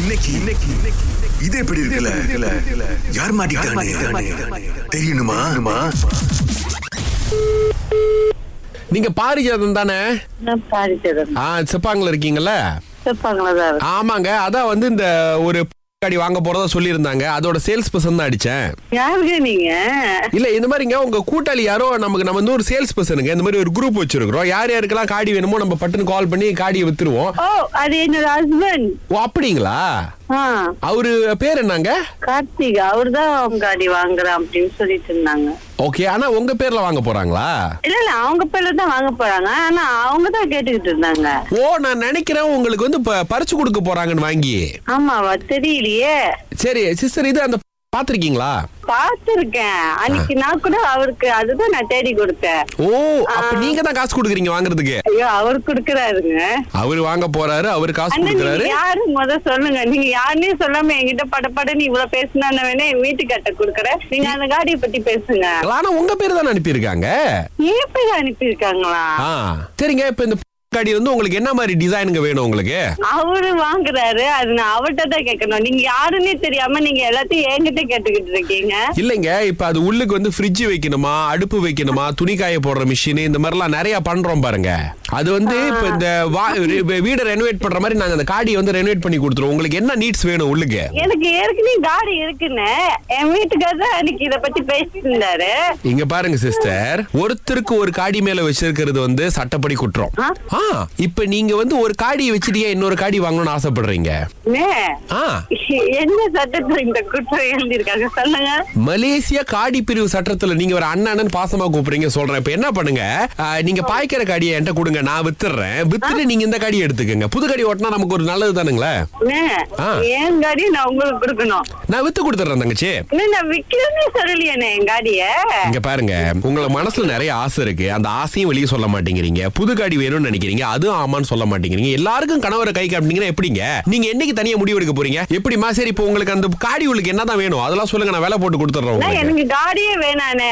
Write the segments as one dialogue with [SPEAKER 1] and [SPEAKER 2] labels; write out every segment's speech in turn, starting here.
[SPEAKER 1] இன்னைக்கு இன்னைக்கு இன்னைக்கு- இது எப்படி இருக்குல்ல யார் மாட்டிக்கிட்டானே தெரியணுமா
[SPEAKER 2] நீங்க பாரிஜாதம் தானே
[SPEAKER 3] நான் பாரிச்சதன்
[SPEAKER 2] ஆ செப்பாங்கல இருக்கீங்கல்ல
[SPEAKER 3] செப்பாங்களா தான் இருக்கு.
[SPEAKER 2] ஆமாங்க அதான் வந்து இந்த ஒரு காடி வாங்க போறதா சொல்லியிருந்தாங்க அதோட சேல்ஸ் பர்சன் தான் அடிச்சேன்
[SPEAKER 3] யாருங்க நீங்க
[SPEAKER 2] இல்ல இந்த மாதிரிங்க உங்க கூட்டாளி யாரோ நமக்கு நம்ம வந்து ஒரு சேல்ஸ் பர்சனுங்க இந்த மாதிரி ஒரு குரூப் வச்சிருக்கிறோம் யார் யாருக்கெல்லாம் காடி வேணுமோ நம்ம பட்டுன்னு கால் பண்ணி காடியை வித்துருவோம்
[SPEAKER 3] ஓ அது என்னோட ஹஸ்பண்ட்
[SPEAKER 2] ஓ அப்படிங்களா
[SPEAKER 3] ஆ
[SPEAKER 2] அவரு பேர் என்னங்க
[SPEAKER 3] கார்த்திக் அவர்தான் அவங்க காடி வாங்குறான் அப்படின்னு சொல்லிட்டு இருந்தாங்க
[SPEAKER 2] ஓகே ஆனா உங்க பேர்ல வாங்க போறாங்களா
[SPEAKER 3] இல்ல இல்ல அவங்க பேர்ல தான் வாங்க போறாங்க ஆனா அவங்க தான் கேட்டுக்கிட்டு இருந்தாங்க
[SPEAKER 2] ஓ நான் நினைக்கிறேன் உங்களுக்கு வந்து ப- பறிச்சு கொடுக்க போறாங்கன்னு வாங்கி
[SPEAKER 3] ஆமாவா தெரியலையே
[SPEAKER 2] சரி சிஸ்டர் இது அந்த பாத்திருக்கீங்களா
[SPEAKER 3] பார்த்திருக்கேன் அன்னைக்கு நான் கூட அவருக்கு அதுதான் நான் தேடி கொடுத்தேன்
[SPEAKER 2] ஓ அப்ப நீங்க தான் காசு கொடுக்குறீங்க வாங்குறதுக்கு
[SPEAKER 3] ஐயோ அவர் குடுக்கறாருங்க
[SPEAKER 2] அவரு வாங்க போறாரு அவரு காசு
[SPEAKER 3] அண்ணா நீங்க
[SPEAKER 2] கொடுக்குறாரு
[SPEAKER 3] யாரு முத சொல்லுங்க நீங்க யாருன்னே சொல்லாம என்கிட்ட படப்பட நீ இவ்வளவு பேசினா வேணா என் வீட்டுக்கிட்ட குடுக்கறேன் நீங்க அந்த காடியை பத்தி பேசுங்க
[SPEAKER 2] ஆனா உங்க பேர் தான் அனுப்பியிருக்காங்க
[SPEAKER 3] ஏப்பை அனுப்பியிருக்காங்களா
[SPEAKER 2] ஆ சரிங்க இப்ப இந்த காடி வந்து உங்களுக்கு என்ன மாதிரி டிசைனுங்க வேணும் உங்களுக்கு
[SPEAKER 3] அவரு வாங்குறாரு அது நான் அவர்கிட்ட தான் கேட்கணும் நீங்க யாருன்னே தெரியாம நீங்க எல்லாத்தையும் என்கிட்ட கேட்டுக்கிட்டு இருக்கீங்க
[SPEAKER 2] இல்லைங்க இப்ப அது உள்ளுக்கு வந்து ஃப்ரிட்ஜ் வைக்கணுமா அடுப்பு வைக்கணுமா துணி காய போடுற மிஷின் இந்த மாதிரிலாம் நிறைய பண்றோம் பாருங்க அது வந்து இப்ப இந்த வா- இப்ப வீடை ரெனோவேட் பண்ற மாதிரி நாங்க அந்த காடியை வந்து ரெனோவேட் பண்ணி கொடுத்துருவோம் உங்களுக்கு என்ன நீட்ஸ் வேணும் உள்ளுக்கு
[SPEAKER 3] எனக்கு ஏற்கனவே காடி இருக்குன்னு என் வீட்டுக்காரர் தான் அன்னைக்கு இத பத்தி பேசிட்டு இருந்தாரு
[SPEAKER 2] இங்க பாருங்க சிஸ்டர் ஒருத்தருக்கு ஒரு காடி மேல வச்சிருக்கிறது வந்து சட்டப்படி குற்றம்
[SPEAKER 3] ஆ?
[SPEAKER 2] ஆ இப்ப நீங்க வந்து ஒரு காடி வச்சுட்டே இன்னொரு காடி வாங்கணும்னு ஆசைப்படுறீங்க
[SPEAKER 3] அண்ணே,
[SPEAKER 2] ஆ
[SPEAKER 3] என்ன சட்டத்துல இந்த குற்றம் எழுதியிருக்காங்க சொல்லுங்க
[SPEAKER 2] மலேசிய காடி பிரிவு சட்டத்துல நீங்க ஒரு அண்ணன் பாசமா கூப்பிடுறீங்க சொல்றேன் இப்ப என்ன பண்ணுங்க ஆ, நீங்க பாய்க்கிற காடியை என்கிட்ட கொடுங்க நான் வித்துறேன் வித்துட்டு நீங்க இந்த காடியை எடுத்துக்கங்க புது காடி ஓட்டினா நமக்கு ஒரு நல்லது தானுங்களே
[SPEAKER 3] அண்ணே,
[SPEAKER 2] ஆ.
[SPEAKER 3] என் காடியை நான் உங்களுக்கு கொடுக்கணும்
[SPEAKER 2] நான் வித்து கொடுத்துறேன் தங்கச்சி
[SPEAKER 3] அண்ணே, நான் விக்கிறேன்னு சொல்லலையானே என் காடிய
[SPEAKER 2] இங்க பாருங்க உங்கள மனசுல நிறைய ஆசை இருக்கு அந்த ஆசையும் வெளியே சொல்ல மாட்டேங்கிறீங்க புது காடி வேணும்னு நினைக்கிறீங்க அதுவும் ஆமான்னு சொல்ல மாட்டேங்கிறீங்க எல்லாருக்கும் கணவரை கை காட்டினீங்கன்னா எப்படிங்க நீங்க என்னைக்கு தனியா முடிவு எடுக்க போறீங்க எப்படிமா சரி இப்போ உங்களுக்கு அந்த காடி உங்களுக்கு என்னதான் வேணும் அதெல்லாம் சொல்லுங்க நான் வேலை போட்டு கொடுத்துறேன்
[SPEAKER 3] அண்ணே,
[SPEAKER 2] உங்களுக்கு
[SPEAKER 3] எனக்கு காடியே வேணானே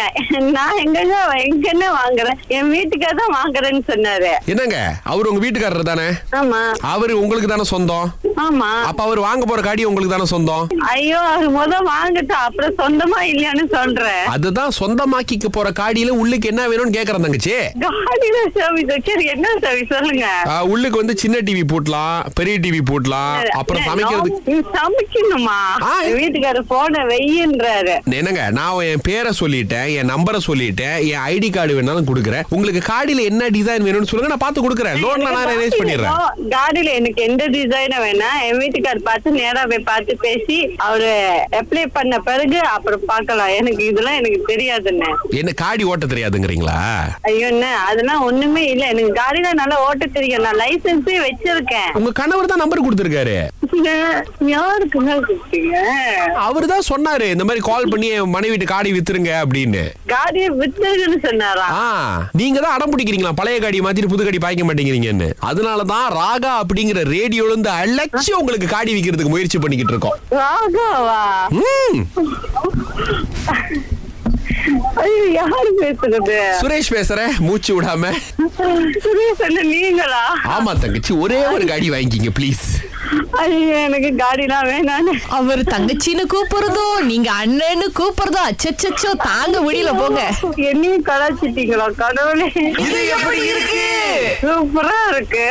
[SPEAKER 3] நான் எங்கங்க எங்கன்னு வாங்குறேன் என் வீட்டுக்காக தான் வாங்குறேன்னு சொன்னாரு
[SPEAKER 2] என்னங்க அவர் உங்க வீட்டுக்காரர் தானே
[SPEAKER 3] ஆமா
[SPEAKER 2] அவர் உங்களுக்கு தானே சொந்தம்
[SPEAKER 3] ஆமா
[SPEAKER 2] அப்ப அவர் வாங்க போற காடி உங்களுக்கு தானே சொந்தம்
[SPEAKER 3] ஐயோ அது முத வாங்கட்டும் அப்புறம் சொந்தமா இல்லையான்னு சொல்றேன்
[SPEAKER 2] அதுதான் சொந்தமாக்கிக்க போற காடியில உள்ளுக்கு என்ன வேணும்னு கேக்குறேன் தங்கச்சி
[SPEAKER 3] காடியில சர்வீஸ் வச்சு என்ன சர்வீஸ் சொல்லுங்க
[SPEAKER 2] ஆஹ், உள்ளுக்கு வந்து சின்ன டிவி போட்டலாம் பெரிய டிவி போட்டலாம் அப்புறம் சமைக்கிறதுக்கு
[SPEAKER 3] நீ சமைக்கணுமா
[SPEAKER 2] ஆ.
[SPEAKER 3] வீட்டுக்காரர் போன வெயின்றாரு
[SPEAKER 2] என்னங்க நான் என் பேரை சொல்லிட்டேன் என் நம்பரை சொல்லிட்டேன் என் ஐடி கார்டு வேணாலும் கொடுக்குறேன் உங்களுக்கு காடியில என்ன டிசைன் வேணும்னு சொல்லுங்க நான் பார்த்து கொடுக்குறேன் லோன்ல நான் அரேஞ்ச் பண்ணிடுறேன்
[SPEAKER 3] காடியில எனக்கு எந்த டிசைன வேணா என் வீட்டுக்காரர் பார்த்து நேரா போய் பார்த்து பேசி அவரு அப்ளை பண்ண பிறகு அப்புறம் பார்க்கலாம் எனக்கு இதெல்லாம் எனக்கு தெரியாதுன்னு
[SPEAKER 2] என்ன காடி ஓட்ட தெரியாதுங்கிறீங்களா
[SPEAKER 3] ஐயோ என்ன அதெல்லாம் ஒண்ணுமே இல்ல எனக்கு காடியில நல்லா ஓட்ட தெரியும் நான் லைசென்ஸே வச்சிருக்கேன்
[SPEAKER 2] உங்க கணவர் தான் நம்பர் கொடுத்துருக்காரு
[SPEAKER 3] யாருக்குங்க கொடுத்தீங்க
[SPEAKER 2] அவரு தான் சொன்னாரு இந்த மாதிரி கால் பண்ணி என் மனைவிட்டு காடி வித்துருங்க அப்படின்னு
[SPEAKER 3] காடியை வித்துருன்னு சொன்னாரா
[SPEAKER 2] ஆ நீங்க தான் அடம் பிடிக்கிறீங்களா பழைய காடி மாத்திட்டு புது காடி பாய்க்க மாட்டேங்கிறீங்கன்னு அதனால தான் ராகா அப்படிங்கிற ரேடியோல இருந்து அழைச்சி உங்களுக்கு காடி விக்கிறதுக்கு முயற்சி பண்ணிக்கிட்டு இருக்கோம்
[SPEAKER 3] ராகவா
[SPEAKER 2] ம்,
[SPEAKER 3] ஐயோ யாரு பேசுறது
[SPEAKER 2] சுரேஷ் பேசுறேன் மூச்சு விடாம
[SPEAKER 3] சுரேஷ் அண்ணன் நீங்களா
[SPEAKER 2] ஆமா தங்கச்சி ஒரே ஒரு காடி வாங்கிக்கிங்க ப்ளீஸ்
[SPEAKER 3] ஐயோ எனக்கு காடிலாம் வேணான்னு
[SPEAKER 4] அவர் தங்கச்சின்னு கூப்பிடுறதோ நீங்க அண்ணன்னு கூப்பிடுறதோ அச்சச்சோ தாங்க முடியல போங்க
[SPEAKER 3] என்னையும் கலாச்சிட்டீங்களா கடவுளே
[SPEAKER 2] இது எப்படி இருக்கு
[SPEAKER 3] சூப்பரா இருக்கு